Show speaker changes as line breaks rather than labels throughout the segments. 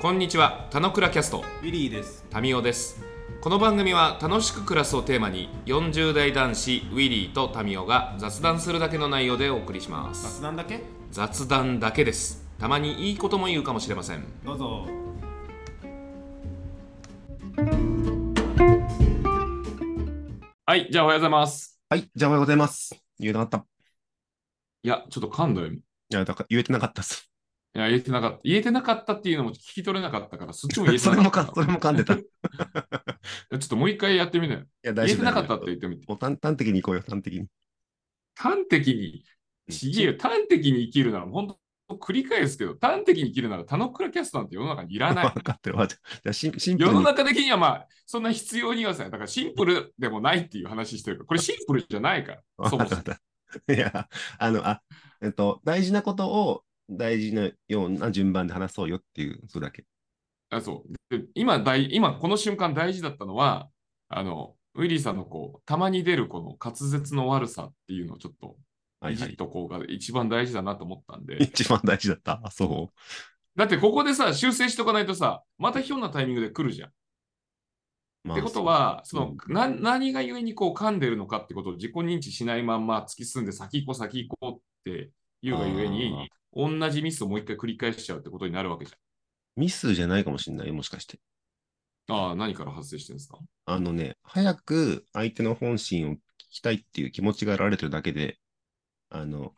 こんにちは、たのくらキャスト、
ウィリーです。
タミオです。この番組は楽しく暮らすをテーマに、40代男子ウィリーとタミオが雑談するだけの内容でお送りします。
雑談だけ
雑談だけです。たまにいいことも言うかもしれません。
どうぞ。
はい、じゃあおはようございます。
はい、じゃあおはようございます。言えなかった。い
いや、ちょっと噛んだよ。い
や、だから言えてなかったっす。
や、言えてなかった。言えてなかったっていうのも聞き取れなかったから、そっちも言えて
そ
なか
れも
った
か、 それも噛んでた。い
ちょっともう一回やってみなよ。
や、
言
大
え
丈夫
て
だ
な
よ
かったって言ってみて。
もう端端的に行こうよ、端的に。
端的に、ちげえよ。端的に生きるなら、本当繰り返すけど、端的に生きるなら、田之倉キャストなんて世の中にいらない
わ。かってるわ。じゃあじゃあ、シンシンプ
世
ル
の
に。
中的にはまあ、そんな必要にはさ、だからシンプルでもないっていう話してるから、これシンプルじゃないから、
わ
そ
か
も
っ
そ
た
も。
わかった。いや、あの、あ、えっと、大事なことを大事なような順番で話そうよっていう、それだけ。
あそうで今大、今この瞬間大事だったのは、あの、ウィリーさんのこう、たまに出るこの滑舌の悪さっていうのをちょっと、
はい
い
は
じっ
い。
とこうが一番大事だなと思ったんで、
一番大事だった。あそう。
だってここでさ、修正しとかないとさ、またひょんなタイミングで来るじゃん。
ま
っ
あ
てこと、は、その、
う
な何がゆえにこう噛んでるのかってことを自己認知しないまんま突き進んで先行こう先行こうっていうがゆえに、同じミスをもう一回繰り返しちゃうってことになるわけじ
ミスじゃないかもしれない、もしかして。
ゃん。ああ、何から発生してるんですか
あのね、早く相手の本心を聞きたいっていう気持ちがられてるだけで、あの、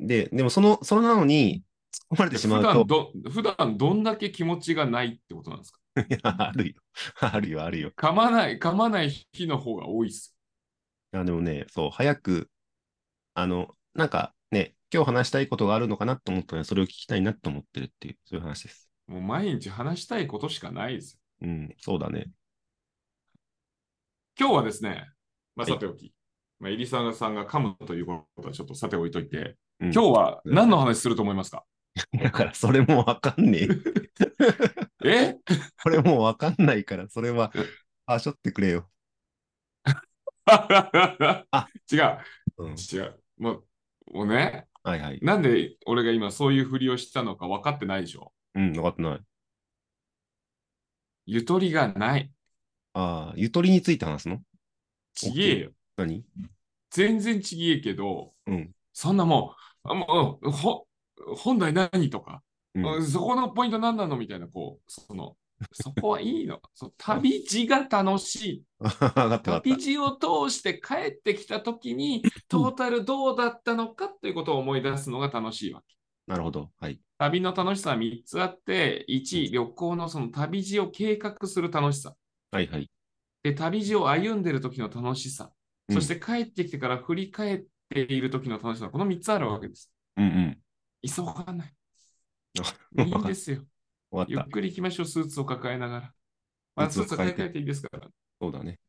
で、でもその、それなのに、突っ込まれてしま
普
う
段
と、
ど、普段どんだけ気持ちがないってことなんですか
いやあるよ。 あるよ、あるよ。
噛まない、噛まない日の方が多いっす。
いや、でもね、そう、早く、あの、なんかね、今日話したいことがあるのかなと思ったら、それを聞きたいなと思ってるっていう、そういう話です。
もう毎日話したいことしかないですよ。
うん、そうだね。
今日はですね、まあ、
はい
さておき、まあ、入澤さんが噛むということはちょっとさておいといて、
うん
今日は何の話すると思いますか、
だから、それもわかん ねえ。
え
これもうわかんないから、それは、あ、しょってくれよ。 あ
違う、
うん。
違う。もうもうね、
はいはい。
なんで俺が今そういうふりをしたのか分かってないでしょ。
うん、わかってない。
ゆとりがない。
ああ、ゆとりについて話すの
ちげえよ。
何
全然ちげえけど、
うん。
そんなもう、あもうほ本来何とか、
うん
そこのポイント何なのみたいな、こう、その、そこはいいの。 その旅路が楽しい。
わかったわかっ
旅路を通して帰ってきたときに、トータルどうだったのかということを思い出すのが楽しいわけ。
た。なるほど。はい。
旅の楽しさは3つあって、1、旅行のその旅路を計画する楽しさ。
はいはい。
で、旅路を歩んでる時の楽しさ。
うん
そして帰ってきてから振り返っている時の楽しさ。この3つあるわけです。
うん
急がない。
う
い
ん。
いん
わか
で
っ
すよ。
終
ゆ
わ
っ
った。
くり行きましょう、スーツを抱えながら。まあ、ス
ス
ー
ー
ツ
ツ
を
を
抱
抱
え
えて
替えていいですから。
そうだね。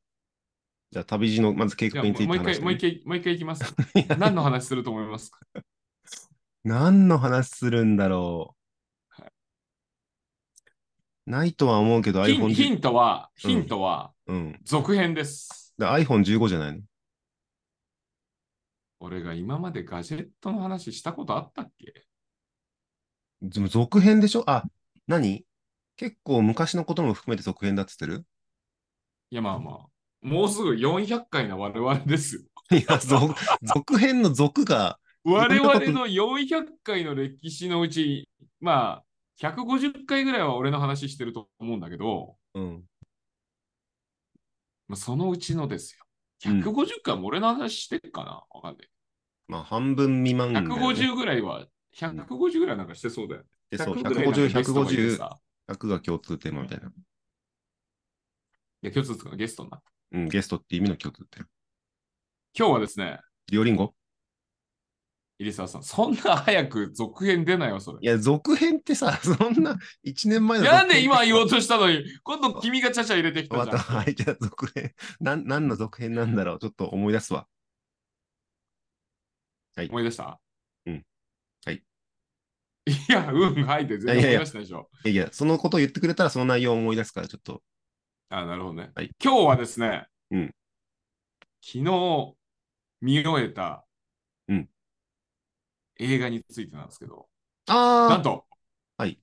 じゃあ、旅路の、まず計
じゃ
画
あも
に
う
つい
もう
て
一
話
回、
して
もう一
ね。
回、もう一回行きます。
いや
何の話すると思いますか
何の話するんだろ
は
う。ないとは思うけど、
ヒン
iPhone
ヒ
じゅう、
ントは、
うん
ヒントは、
うん。
続編です。
だ iPhone15 じゃないの
俺が今までガジェットの話したことあったっけ
でも続編でしょあ、何結構昔のことも含めて続編だっつってる
いやまあまあ、もうすぐ400回な我々です よ。
いや、続続編の続が、
我々の400回の歴史のうち、まあ、150回ぐらいは俺の話してると思うんだけど、
うん。
まあ、そのうちのですよ。
うん
150回も俺の話してるかなわかん
まあ、半分未満だ
な
よ
い。
ね
150ぐらいは、150ぐらいなんかしてそうだよ。
で、そう、
ぐらいなんか
150、
ゲストがいて
150、
さ
100が共通テーマみたいな。
いや、今日つつかゲストな。
うん、ゲストって意味の共通テーマ。
今日はですね、
両リンゴ
入澤さん、そんな早く続編出ないよ、それ
い。や、続編ってさ、 そんな1年前の続編。
なんで今言おうとしたのに、今度君がちゃちゃ入れてきた
わ
じ
か
ゃ
っ
ん
た。。はい、じゃあ続編。なん、何の続編なんだろう。ちょっと思い出すわ。
思い出した
うん。はい。
いや、うん、はいって全然思い出したでしょ。
いやいや、そのことを言ってくれたらその内容を思い出すから、ちょっと。
あ、なるほどね。
はい
今日はですね、
うん
昨日見終えた、
うん
映画についてなんですけど、なん
あ
と、
はい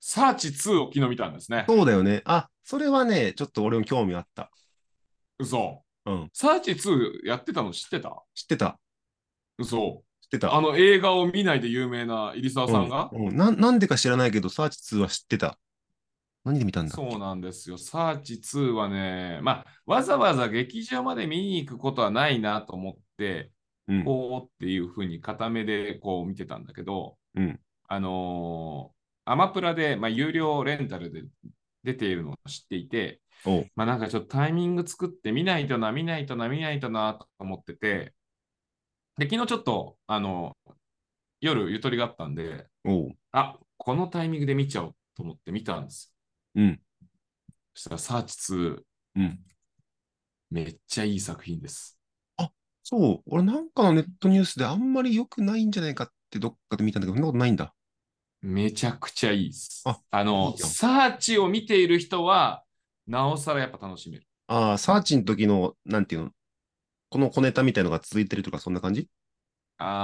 サーチ2を昨日見たんですね。
そうだよね。あ、それはね、ちょっと俺も興味あった。
嘘。
うん。
サーチ2やってたの知ってた
知ってた。
嘘。
知ってた。
あの映画を見ないで有名な入澤さんが、
うん、うんななんでか知らないけど、サーチ2は知ってた。何で見たんだ
そうなんですよ。サーチ2はね、まあ、わざわざ劇場まで見に行くことはないなと思って、
うん。
こうっていうふうに固めでこう見てたんだけど、
うん
あのーアマプラで、まあ、有料レンタルで出ているのを知っていて、
おう
まあ、なんかちょっとタイミング作って見ないとな、見ないとな、見ないとなと思ってて、で、昨日ちょっと、あの夜ゆとりがあったんで、
おう
あこのタイミングで見ちゃおうと思って見たんですよ。
うん。
そしたら、サーチ2、
うん。
めっちゃいい作品です。
そう。俺なんかのネットニュースであんまり良くないんじゃないかってどっかで見たんだけど、そんなことないんだ。
めちゃくちゃいいです。
あ
の
いいよ
サーチを見ている人は、なおさらやっぱ楽しめる。
ああ、サーチの時の、なんていうのこの小ネタみたいのが続いてるとか、そんな感じ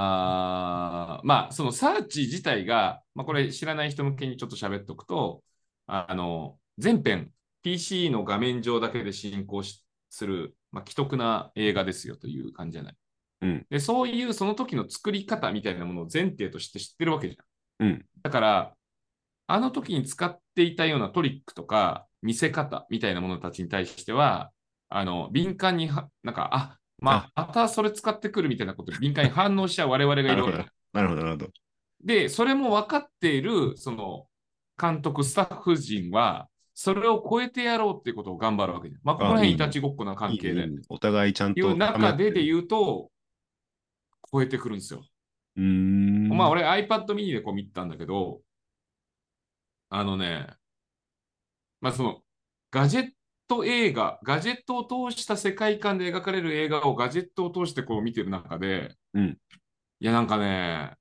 あーまあ、そのサーチ自体が、まあ、これ知らない人向けにちょっと喋っておくと、ああの、全編 PC の画面上だけで進行しする、まあ、既得な映画ですよという感じじゃない。
うん
で、そういうその時の作り方みたいなものを前提として知ってるわけじゃん。
うん
だから、あの時に使っていたようなトリックとか見せ方みたいなものたちに対しては、あの、敏感には、なんか、あ、まあ、またそれ使ってくるみたいなことに敏感に反応しちゃう我々がいるわけだ。
なるほど、なるほど。
で、それも分かっている、その、監督、スタッフ陣は、それを超えてやろうっていうことを頑張るわけじゃん。まあ、ここら
あ
辺
いい
い
ね
たちごっこな関係で。
いいねお互いちゃんと。
いう中でで
う。
言うと、超えてくるんですよ。
うーん。
まあ、俺 iPad mini でこう見たんだけど、あのね、まあその、ガジェット映画、ガジェットを通した世界観で描かれる映画をガジェットを通してこう見てる中で、
うん
いやなんかね、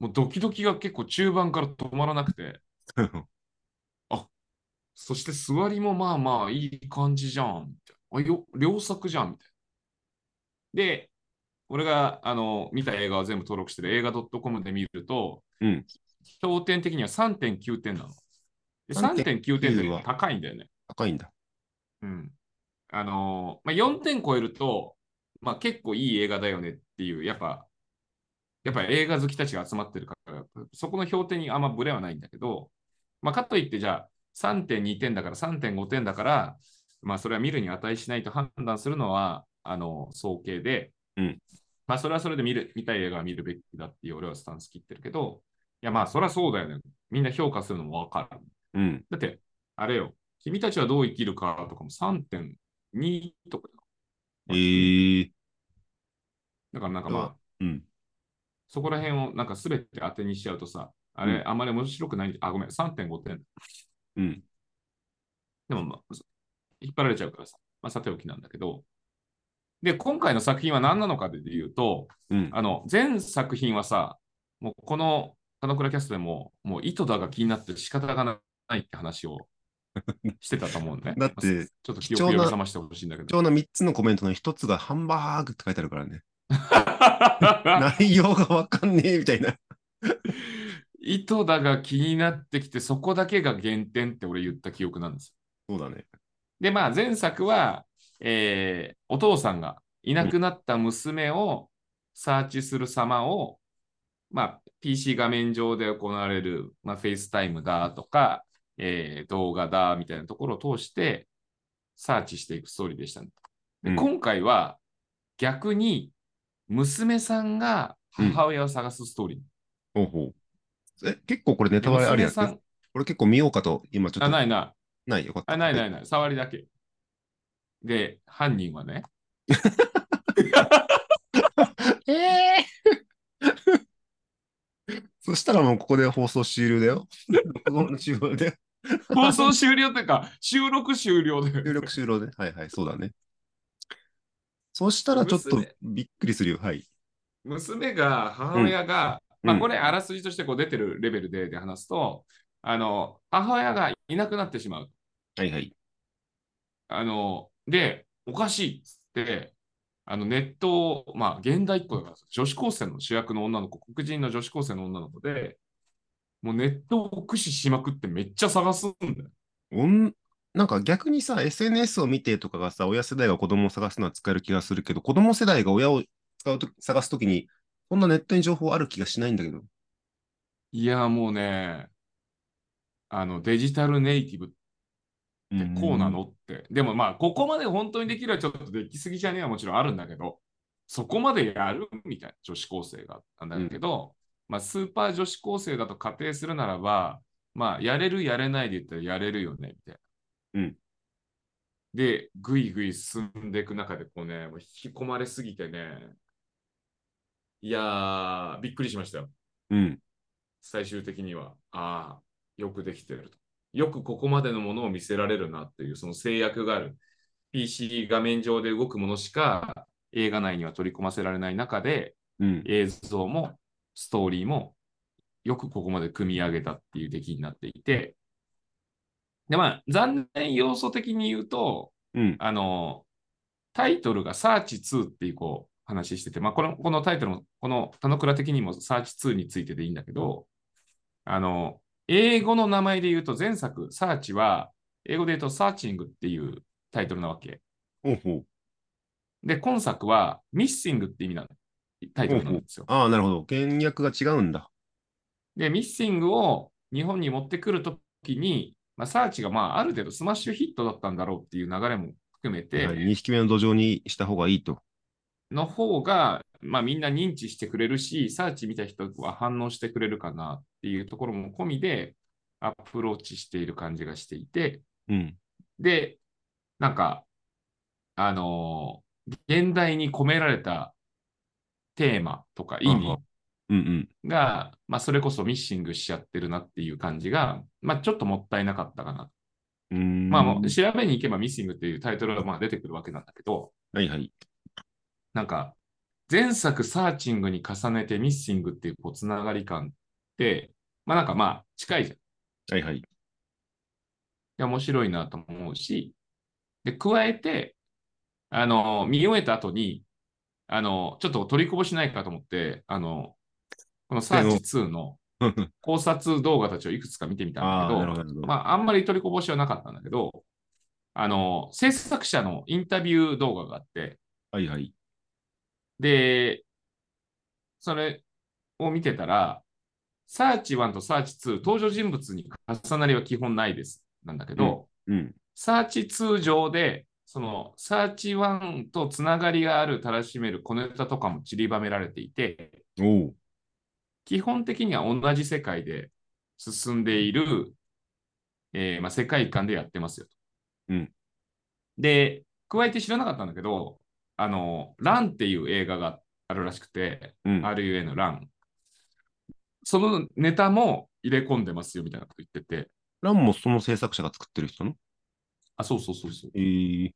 もうドキドキが結構中盤から止まらなくて、そして座りもまあまあいい感じじゃん。みたいなあよ良作じゃん。みたいな。で、俺があの見た映画を全部登録してる映画 .com で見ると、
うん
評点的には3.9点なの。で
3.9
3.9点って高いんだよね。
高いんだ。
うん。あのーまあ、4点超えると、まあ、結構いい映画だよねっていう、やっぱ、やっぱ映画好きたちが集まってるから、そこの評点にあんまブレはないんだけど、まあ、かといって、じゃあ、3.2点だから、3.5点だから、まあ、それは見るに値しないと判断するのは、あの、総計で、
うん
まあ、それはそれで見る、見たい映画は見るべきだっていう、俺はスタンス切ってるけど、いや、まあ、そりゃそうだよね。みんな評価するのもわかる。
うん。
だって、あれよ、君たちはどう生きるかとかも3.2とか
ええー。
だからなんかまあ、
うん。
そこら辺をなんか全て当てにしちゃうとさ、あれ、
う
あんまり面白くない。あ、ごめん、3.5点。
うん。
でも、まあ、引っ張られちゃうからさ、まあ、さておきなんだけど。で、今回の作品は何なのかで言うと、
うん。
あの、全作品はさ、もうこの門倉キャストでも、もう井戸田が気になって仕方がないって話をしてたと思うんだね。
だって、
ちょっと記憶を
貴重
呼
な
び覚ましてほしいんだけど
貴。重な3つのコメントの1つがハンバーグって書いてあるからね。 内容がわかんねえみたいな。
井戸田が気になってきて、そこだけが原点って俺言った記憶なんですよ。
そうだね。
で、まあ前作は、えーお父さんがいなくなった娘をサーチする様を、まあ PC 画面上で行われる、まあ、フェイスタイムだとか、えー動画だみたいなところを通してサーチしていくストーリーでしたね、で
うん
今回は逆に娘さんが母親を探すストーリー。
ほうほう。え、結構これネタバレあるやつ
娘さん
俺結構見ようかと、今ちょっ
あ、
と。
ないない。
ないよかった。
あ、ない
は。
ないいない、触りだけ。で、犯人はね、
ええそしたらもうここで放送終了だよ。 放送終了だよ。
放送終了というか、収録終了で。
収録終了で。はいはい、そうだね。そしたらちょっと
娘
びっくりするよ。はい。
娘が、母親が、
うん
ま
う
あ
ん
これ、あらすじとしてこう出てるレベルでで話すと、あの、母親がいなくなってしまう。
はいはい。
あの、で、おかしいっつって、あのネットを、まあ、現代っ子だから、女子高生の主役の女の子、黒人の女子高生の女の子で、もうネットを駆使しまくってめっちゃ探すんだよ。
おん、なんか逆にさ、SNS を見てとかがさ、親世代が子供を探すのは使える気がするけど、子供世代が親を使うと探すときに、こんなネットに情報ある気がしないんだけど。
いや、もうね、あの、デジタルネイティブってこうなのって。でもまあ、ここまで本当にできるはちょっとできすぎじゃねえはもちろんあるんだけど、そこまでやるみたいな女子高生があったんだけど、まあ、スーパー女子高生だと仮定するならば、まあ、やれる、やれないで言ったらやれるよね、みたいな。
うん
で、ぐいぐい進んでいく中で、こうね、もう引き込まれすぎてね、いやー、びっくりしましたよ。
うん。うん。
最終的には、ああ、よくできてると。よくここまでのものを見せられるなっていう、その制約がある。PC 画面上で動くものしか映画内には取り込ませられない中で、
うん。
映像もストーリーもよくここまで組み上げたっていう出来になっていて、で、まあ、残念要素的に言うと、
うん。
あの、タイトルがサーチ2っていうこう話してて、まあ、この、このタイトルも、この田之倉的にもサーチ2についてでいいんだけど、あの、英語の名前で言うと前作、サーチは、英語で言うとサーチングっていうタイトルなわけ。
ほうほう。
で、今作はミッシングって意味なの。タイトルなんですよ。
ああ、なるほど。原略が違うんだ。
で、ミッシングを日本に持ってくるときに、まあ、サーチがまあある程度スマッシュヒットだったんだろうっていう流れも含めて、
はい、2匹目の土壌にした方がいいと。
の方が、まあ、みんな認知してくれるし、サーチ見た人は反応してくれるかなっていうところも込みでアプローチしている感じがしていて、
うん。
で、なんか、あのー現代に込められたテーマとか意
うんう
味
んうんうん。
が、まあ、それこそミッシングしちゃってるなっていう感じが、まあ、ちょっともったいなかったかな。
うーん
まあ、もう調べに行けばミッシングっていうタイトルがまあ出てくるわけなんだけど、
はいはい。
なんか、前作サーチングに重ねてミッシングっていうこうつながり感って、まあなんかまあ近いじゃん。
はいはい。
で面白いなとも思うし、で、加えて、あの、見終えた後に、あの、ちょっと取りこぼしないかと思って、あの、このサーチ2の考察動画たちをいくつか見てみたんだ
ああ、な
けど、
るほどなるほど。
まああんまり取りこぼしはなかったんだけど、あの、制作者のインタビュー動画があって、
はいはい。
で、それを見てたら、サーチ1とサーチ2、登場人物に重なりは基本ないです。なんだけど、
うん。
サーチ2上で、そのサーチ1とつながりがある、たらしめる小ネタとかも散りばめられていて、
おう。
基本的には同じ世界で進んでいる、えーまあ、世界観でやってますよと。
うん
で、加えて知らなかったんだけど、あの、ランっていう映画があるらしくて、
うん。
RUA の欄、そのネタも入れ込んでますよみたいなこと言ってて、
ランもその制作者が作ってる人なの
あ、そうそうそうそう、
えー、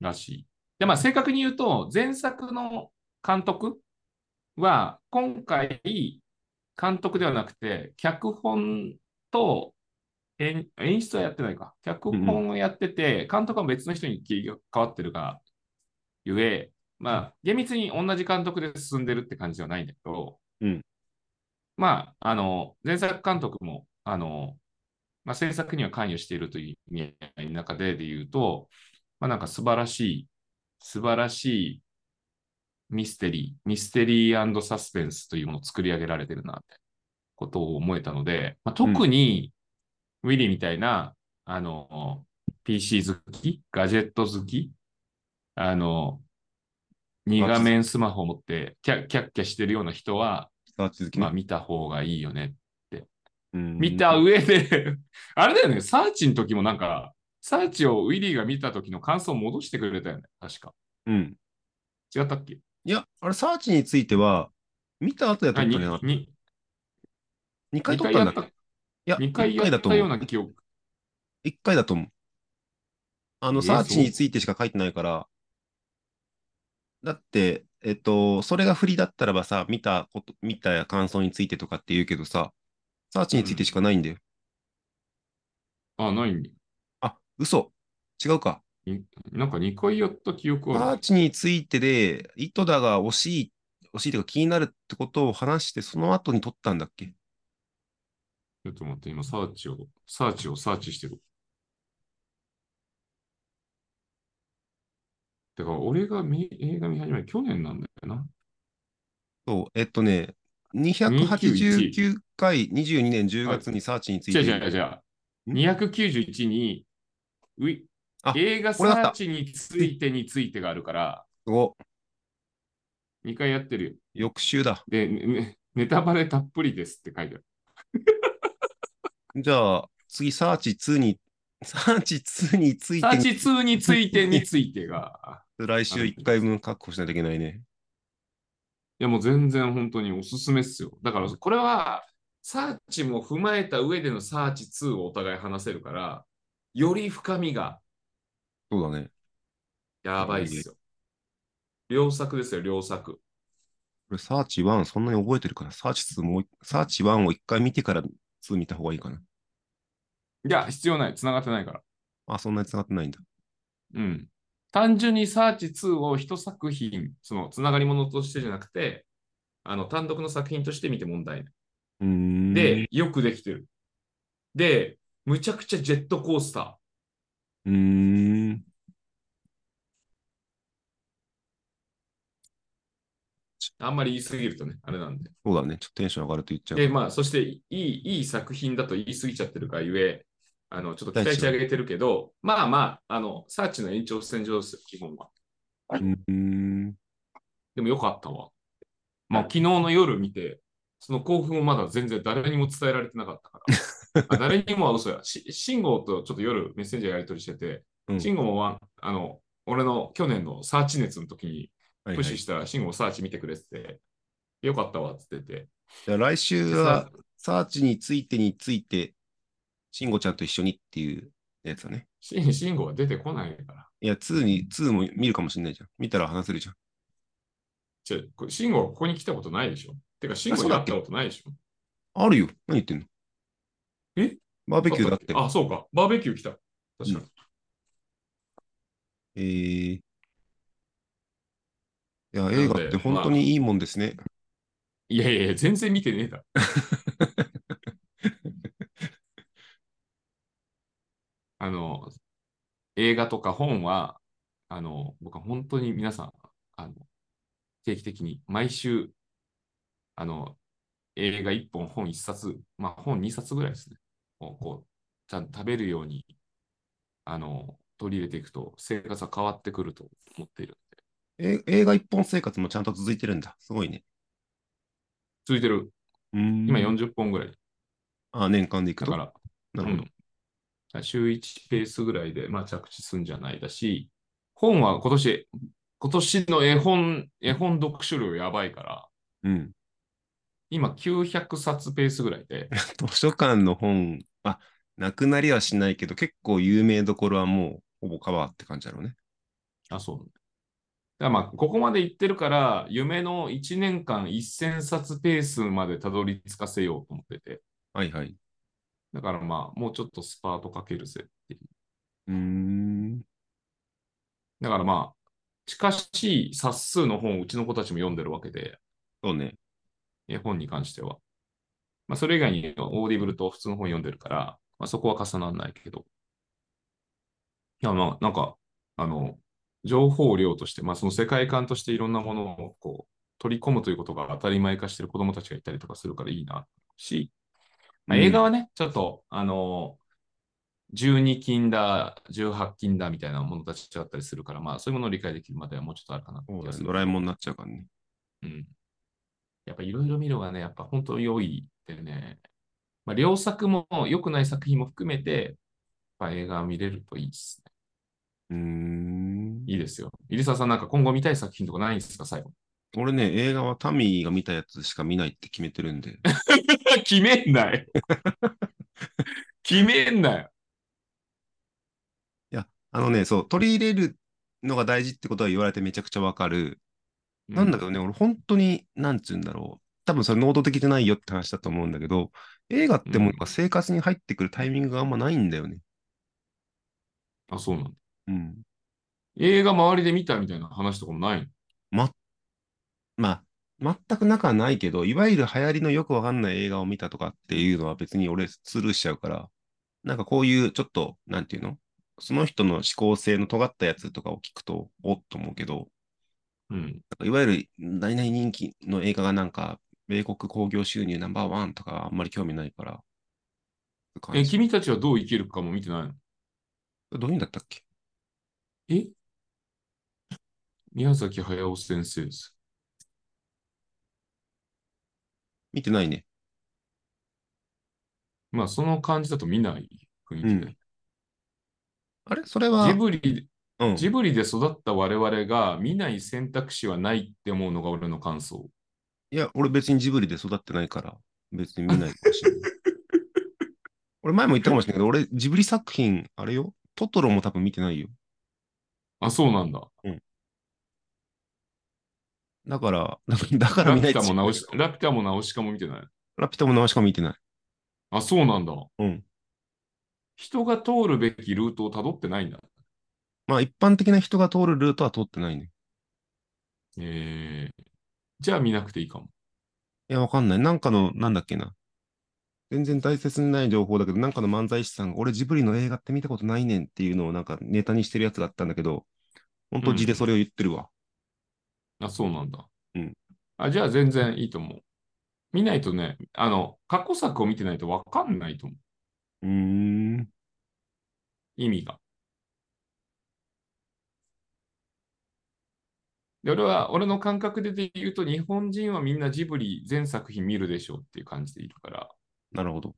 らしい。で、まあ正確に言うと、前作の監督は、今回、監督ではなくて、脚本と演演出はやってないか。脚本をやってて、監督は別の人に切り替わってるが、ゆえ、まあ、厳密に同じ監督で進んでるって感じではないんだけど、
うん
まあ、あの、前作監督も、あの、まあ、制作には関与しているという意味合いの中でで言うと、まあ、なんか素晴らしい、素晴らしいミステリー、ミステリーサスペンスというものを作り上げられてるな、ってことを思えたので、まあ、特に、ウィリーみたいな、あの、PC 好き、ガジェット好き、あの、2画面スマホを持ってキャッキャッキャしてるような人は、
サーチ好き
ま
な。
あ見た方がいいよね。
うん
見た上で、 あれだよね、サーチの時もなんか、サーチをウィリーが見た時の感想を戻してくれたよね、確か。
うん。
違ったっけ
いや、あれ、サーチについては、見た後やった
あ
ん
に
じゃなかった
に
2回
二
撮
回
った
や
んだ
っ
っけ
た、
いや、
二回
一
や
回だ
っ
と
た
思
よう
う
な。記憶。
1回だと思う。あの、
えー
サーチについてしか書いてないから、だって、えっと、それが振りだったらばさ、見たこと、見た感想についてとかって言うけどさ、サーチについてしかないんだよ。
あ、ないんだ
あ、嘘。違うか。
なんか2回やった記憶
サ
あ
ー
る。
チについてで、井戸田が惜しい、惜しいというか気になるってことを話して、その後に撮ったんだっけ
ちょっと待って、今、サーチを、サーチをサーチしてる。だから、俺が見映画見始めた去年なんだよな。
そう、えっとね、289回、22年10月にサーチについ
違う
て。
違う違う。
ん
291に、うい
あ
映画
こ
サ
れだった
ーチについてについてがあるから、
お、
2回やってるよ。
翌週だ。
で、ねねネタバレたっぷりですって書いてある。
じゃあ、次、サーチ2に、サーチ2につい
サ
て
ーチ2についてについてが。
来週1回分確保しないといけないね。
いや、もう全然本当におすすめっすよ。だから、これは、サーチも踏まえた上でのサーチ2をお互い話せるから、より深みが
そうだね。
やばいっすよ。両作ですよ、両作。
これ、サーチ1、そんなに覚えてるから、サーチ2もう、サーチ1を1回見てから2見た方がいいかな。
いや、必要ない。繋がってないから。
あ、そんなに繋がってないんだ。
うん。単純にサーチ2を一作品、その、つながりものとしてじゃなくて、あの、単独の作品として見て問題ない。
うーん。
で、、よくできてる。で、むちゃくちゃジェットコースター。
うーん。
あんまり言いすぎるとね、あれなんで。
そうだね。ちょっとテンション上がると言っちゃう。
で、まあ、そして、いい、いい作品だと言い過ぎちゃってるがゆえ、あの、ちょっと期待してあげてるけど、まあまあ、あの、サーチの延長線上ですよ、基本は。
うーん。
でもよかったわ。まあ、昨日の夜見て、その興奮をまだ全然誰にも伝えられてなかった から。あ誰にもは嘘や。し慎吾とちょっと夜メッセンジャーやり取りしてて
う、ん
慎吾もわあの、俺の去年のサーチ熱の時に
はい
プ
はい
ッシュしたら、慎吾サーチ見てくれてて、よかったわって言ってて。
じゃあ来週は、サーチについてについて、慎吾ちゃんと一緒にっていうやつだね。
し慎吾は出てこないから。
いや、2に、2も見るかもしれないじゃん。見たら話せるじゃん。
ちょ、こ慎吾はここに来たことないでしょてか、慎
あ
吾
そう
に
だ
会っ
っけ
たことないでしょ
あるよ。何言ってんの
え
バーベキューだって。
あ、そうか。バーベキュー来た。確かに。
えー。いや、
で
映画って本当にいいもんですね。
いやいやいや、全然見てねえだろ あの、映画とか本は、あの、僕は本当に皆さん、あの、定期的に毎週、あの、映画1本、本1冊、まあ本2冊ぐらいですね。をこう、ちゃんと食べるように、あの、取り入れていくと、生活は変わってくると思っている。
え映画一本生活もちゃんと続いてるんだ。すごいね。
続いてる。
うーん
今40本ぐらい。
あ、年間でいく
だ
と。
か
な
ら、
るほど。
うん、週1ペースぐらいで、まあ、着地するんじゃないだし、本は今年、今年の絵本、絵本読書量やばいから、
うん。
今900冊ペースぐらいで、
図書館の本、あ、なくなりはしないけど、結構有名どころはもう、ほぼカバーって感じだろうね。
あ、そう。だからまあ、ここまで行ってるから、夢の1年間1000冊ペースまでたどり着かせようと思ってて、
はいはい。
だからまあ、もうちょっとスパートかけるぜっていう。
うーん。
だからまあ、近しい冊数の本をうちの子たちも読んでるわけで、
そうね。
絵本に関しては。まあ、それ以外にオーディブルと普通の本読んでるから、まあ、そこは重ならないけど。いや、まあ、なんか、あの、情報量として、まあ、その世界観としていろんなものをこう取り込むということが当たり前化してる子どもたちがいたりとかするからいいなし、まあ、
うん
映画はね、ちょっと、あの、12金だ、18金だみたいなものたちだったりするから、まあ、そういうものを理解できるまではもうちょっとあるかなって
そう
気
だ
がす
ね。
る
ドラえもんになっちゃうからね。
うんやっぱいろいろ見るのがね、やっぱ本当良いってね、まあ、両作も良くない作品も含めて、やっぱ映画見れるといいですね。
うーん。
いいですよ。入澤さんなんか今後見たい作品とかないんですか、最後。
俺ね、映画はタミーが見たやつしか見ないって決めてるんで。
決めん なよ。決めんなよ。
あのね、そう、取り入れるのが大事ってことは言われてめちゃくちゃわかる。なんだけ
か
どね、俺本当に、なんつうんだろう。多分それ能動的じゃないよって話だと思うんだけど、映画ってもうなんか生活に入ってくるタイミングがあんまないんだよね。
あ、そうなんだ。
うん。
映画周りで見たみたいな話とかもない
ま、まあ、全く仲はないけど、いわゆる流行りのよくわかんない映画を見たとかっていうのは別に俺スルーしちゃうから、なんかこういうちょっと、なんていうのその人の思考性の尖ったやつとかを聞くと、おっと思うけど、
うん。
なんかいわゆる何々人気の映画がなんか、米国興行収入ナンバーワンとかはあんまり興味ないから。って感
え、
じ
君たちはどう生きるかも見てないの
どういうんだったっけ
え宮崎駿先生です。
見てないね。
まあ、その感じだと見ない雰囲気で。
あれそれは、
ジブリ、
うん、
ジブリで育った我々が見ない選択肢はないって思うのが俺の感想。
いや、俺別にジブリで育ってないから、別に見ないかもしれない。 俺前も言ったかもしれないけど、俺ジブリ作品、あれよ、トトロも多分見てないよ。
あ、そうなんだ。
だから、だからだから
ラ
見
ピ
な
ュ
い
タもナウ
直
シラピュタもナウシカも見てない。
ラピュタも直しか見てない。
あ、そうなんだ。
うん。
人が通るべきルートをたどってないんだ。
まあ一般的な人が通るルートは通ってないね。
えー、じゃあ見なくていいかも。
いや、わかんない。なんかの、なんだっけな。全然大切にない情報だけど、なんかの漫才師さんが、俺ジブリの映画って見たことないねんっていうのをなんかネタにしてるやつがあったんだけど、本当字でそれを言ってるわ。
あ、そうなんだ。
うん。
あ、じゃあ全然いいと思う。見ないとね、あの、過去作を見てないと分かんないと思う。
うーん。
意味が。で、俺は、俺の感覚で言うと、日本人はみんなジブリ全作品見るでしょうっていう感じでいるから、
なるほど。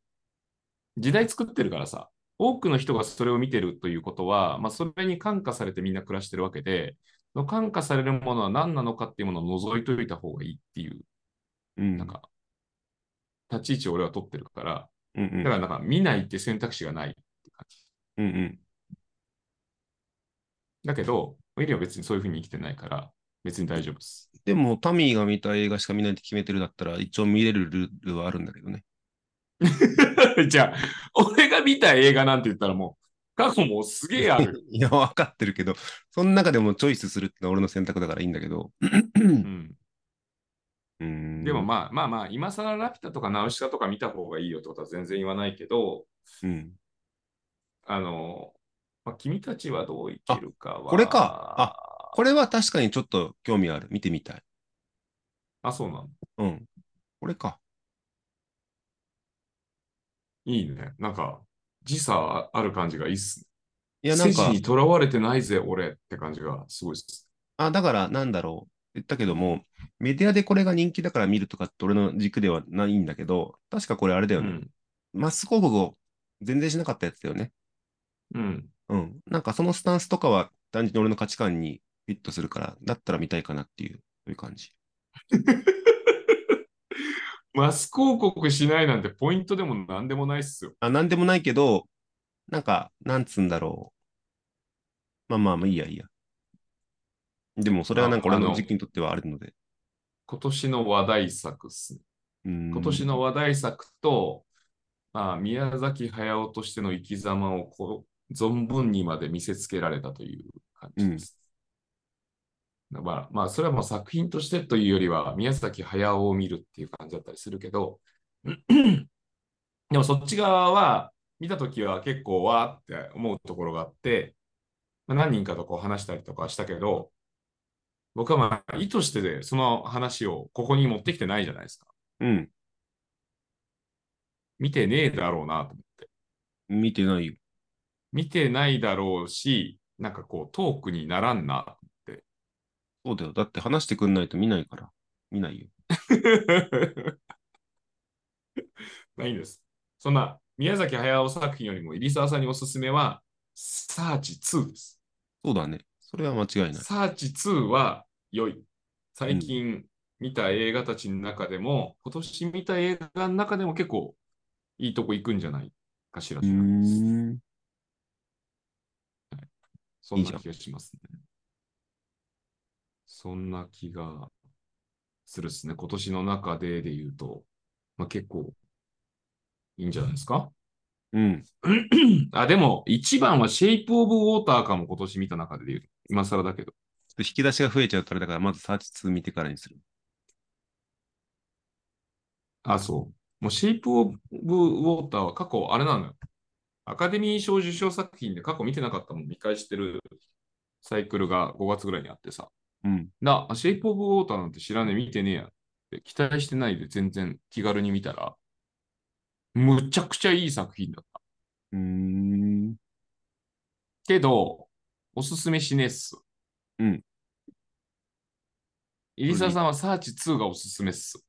時代作ってるからさ、多くの人がそれを見てるということは、まあ、それに感化されてみんな暮らしてるわけで、その感化されるものは何なのかっていうものを覗いといた方がいいっていう、
うん。
なんか、立ち位置を俺は取ってるから、
うんうん
だからなんか見ないって選択肢がないって感じ。
うんうん。
だけど、ウィリーは別にそういうふうに生きてないから、別に大丈夫です。
でも、タミーが見た映画しか見ないって決めてるだったら、一応見れるルールはあるんだけどね。
じゃあ、俺が見た映画なんて言ったらもう、過去もすげえある。
いや、わかってるけど、その中でもチョイスするってのは俺の選択だからいいんだけど。
うん、
うーん
でもまあまあまあ、今更ラピュタとかナウシカとか見た方がいいよってことは全然言わないけど、
うん、
あの、まあ、君たちはどう生きるかは。
これか。これは確かにちょっと興味ある。見てみたい。
あ、そうなの。
うん。これか。
いいね。なんか、時差ある感じがいいっすね。
いや、なん
世事
か、
にとらわれてないぜ、俺って感じがすごいっす。
あ、だから、なんだろう。言ったけども、メディアでこれが人気だから見るとかって俺の軸ではないんだけど、確かこれあれだ
う
よね。
ん。
マス広告を全然しなかったやつだよね。
うん。
うん。なんかそのスタンスとかは単純に俺の価値観にフィットするから、だったら見たいかなっていう、そういう感じ。
マス広告しないなんてポイントでも何でもないっすよ。
あ、なんでもないけど、なんか、なんつうんだろう。まあまあまあ、いいや、いいや。でも、それはなんか俺
ああ
の
の
時期にとってはあるので。
今年の話題作っすね。
今
今年。の話題作と、まあ、宮崎駿としての生き様をこう存分にまで見せつけられたという感じです。だからまあ、それはもう作品としてというよりは、宮崎駿を見るっていう感じだったりするけど、 でもそっち側は、見たときは結構わーって思うところがあって、まあ何人かとこう話したりとかはしたけど、僕はまあ意図してでその話をここに持ってきてないじゃないですか。
うん。
見てねえだろうなと思って。
見てないよ。
見てないだろうし、なんかこうトークにならんな。
そうだよ。だって話してくんないと見ないから。見ないよ。
ないんです。そんな宮崎駿作品よりも入澤さんにおすすめは、サーチ2です。
そうだね。それは間違いない。
サーチ2は良い。最近見た映画たちの中でも、今年見た映画の中でも結構いいとこ行くんじゃないかしら
うーん。
そん
いい
な
じゃん
気がしますね。そんな気がするですね。今年の中でで言うと、まあ、結構いいんじゃないですか。
うん。
あ、でも、一番はシェイプオブウォーターかも今年見た中でで言うと。今更だけど。
引き出しが増えちゃうとあれだから、まずサーチ2見てからにする。
あ、そう。もう、シェイプ・オブ・ウォーターは過去、あれなのよ。アカデミー賞受賞作品で過去見てなかったもん見返してるサイクルが5月ぐらいにあってさ。
うん。
な、シェイプ・オブ・ウォーターなんて知らねえ、見てねえやって。期待してないで全然気軽に見たら、むちゃくちゃいい作品だった。
うーん。
けど、おすすめしねえっす。
うん。
入澤さんはサーチ2がおすすめっす。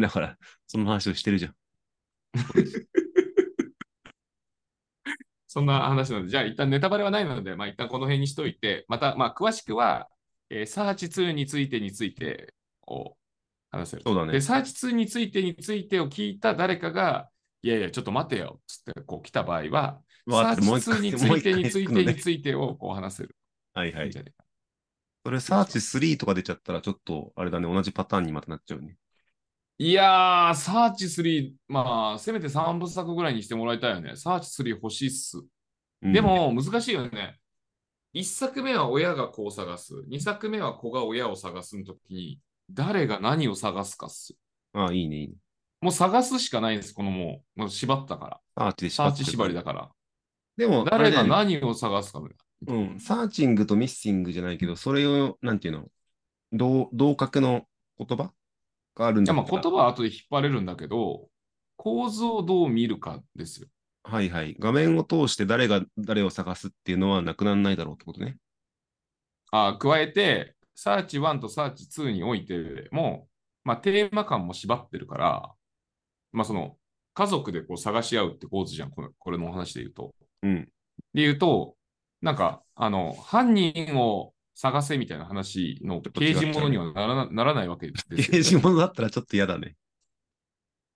だから、その話をしてるじゃん。
そんな話なので、じゃあ一旦ネタバレはないので、まあ一旦この辺にしといて、また、まあ詳しくは、えーサーチ2についてについてを話せる。
そうだ
で、。サーチ2についてについてを聞いた誰かが、いやいや、ちょっと待てよ、つってこう来た場合は、
わ
サー
かった
チ
もう一
2
回
につ
もう
い
一回
てについ
聞く
て
のね
についてをこう話せる。
はいはい
いん
い
じ。ゃないか
それ、サーチ3とか出ちゃったら、ちょっと、あれだね、同じパターンにまたなっちゃうね。
いやー、サーチ3、まあ、せめて3部作ぐらいにしてもらいたいよね。サーチ3欲しいっす。
うん
で、も難しいよね。1作目は親が子を探す。2作目は子が親を探すのときに、誰が何を探すかっす。
ああ、いいね、いいね。
もう探すしかないんです、このもう。もう縛ったから。
サーチで縛
サ
っ
ー
て
チ縛りだから。
でも、あ
誰
れだよ
が
ね
何を探すかみたい
うん、サーチングとミッシングじゃないけど、それを、なんていうの、同同格の言葉があるん
な。
だ
いや、ま
っ
あ
た
言
ら
葉は後で引っ張れるんだけど、構造をどう見るかですよ。
はいはい。画面を通して誰が誰を探すっていうのはなくならないだろうってことね。
あ加えて、サーチ1とサーチ2においても、まあ、テーマ感も縛ってるから、まあ、その家族でこう探し合うって構図じゃん、このこれのお話で言うと。
うん。
で言うと、なんか、あの、犯人を探せみたいな話の
と
刑
違っちゃう
事ものにはならなならないわけですよ、
刑事 物だったらちょっと嫌だね。。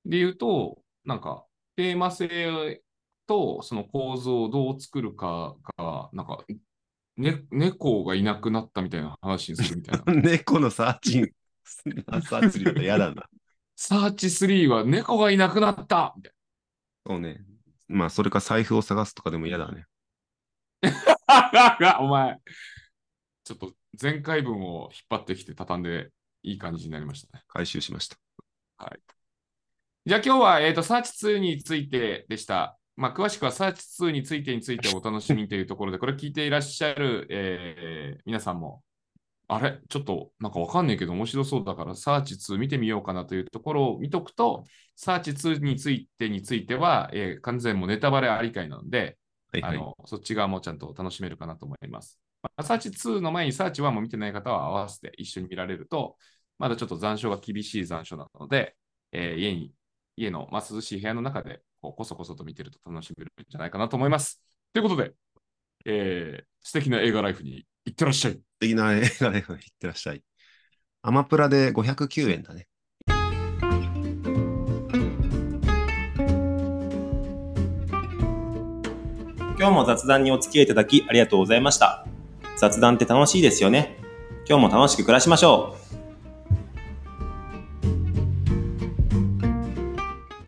で言うと、なんか、テーマ性とその構造をどう作るかが、なんか、ね、猫がいなくなったみたいな話にするみたいな
猫のサーチン グ、サーチングだったら嫌だな。
サーチ3は猫がいなくなったみたい
そうね。まあ、それか財布を探すとかでも嫌だね。
な。お前、ちょっと前回分を引っ張ってきて畳んでいい感じになりましたね。
回収しました。
じゃあ今日は、えー、とサーチ2についてでした。まあ、詳しくはサーチ2についてについてお楽しみというところで、これ聞いていらっしゃる、えー皆さんも、あれちょっとなんかわかんないけど面白そうだからサーチ2見てみようかなというところを見とくと、サーチ2についてについては、えー完全もうネタバレありかいなので、
はい
あ
はい。
のそっち側もちゃんと楽しめるかなと思います。まあ、サーチ2の前にサーチ1も見てない方は合わせて一緒に見られると、まだちょっと残暑が厳しい残暑なので、えー家に家の、まあ、涼しい部屋の中でこうこそこそと見てると楽しめるんじゃないかなと思います。ということで、えー素敵な映画ライフに行ってらっしゃい。
的な映画でいってらっしゃい。アマプラで509円だね。
今日も雑談にお付き合いいただきありがとうございました。雑談って楽しいですよね。今日も楽しく暮らしましょう。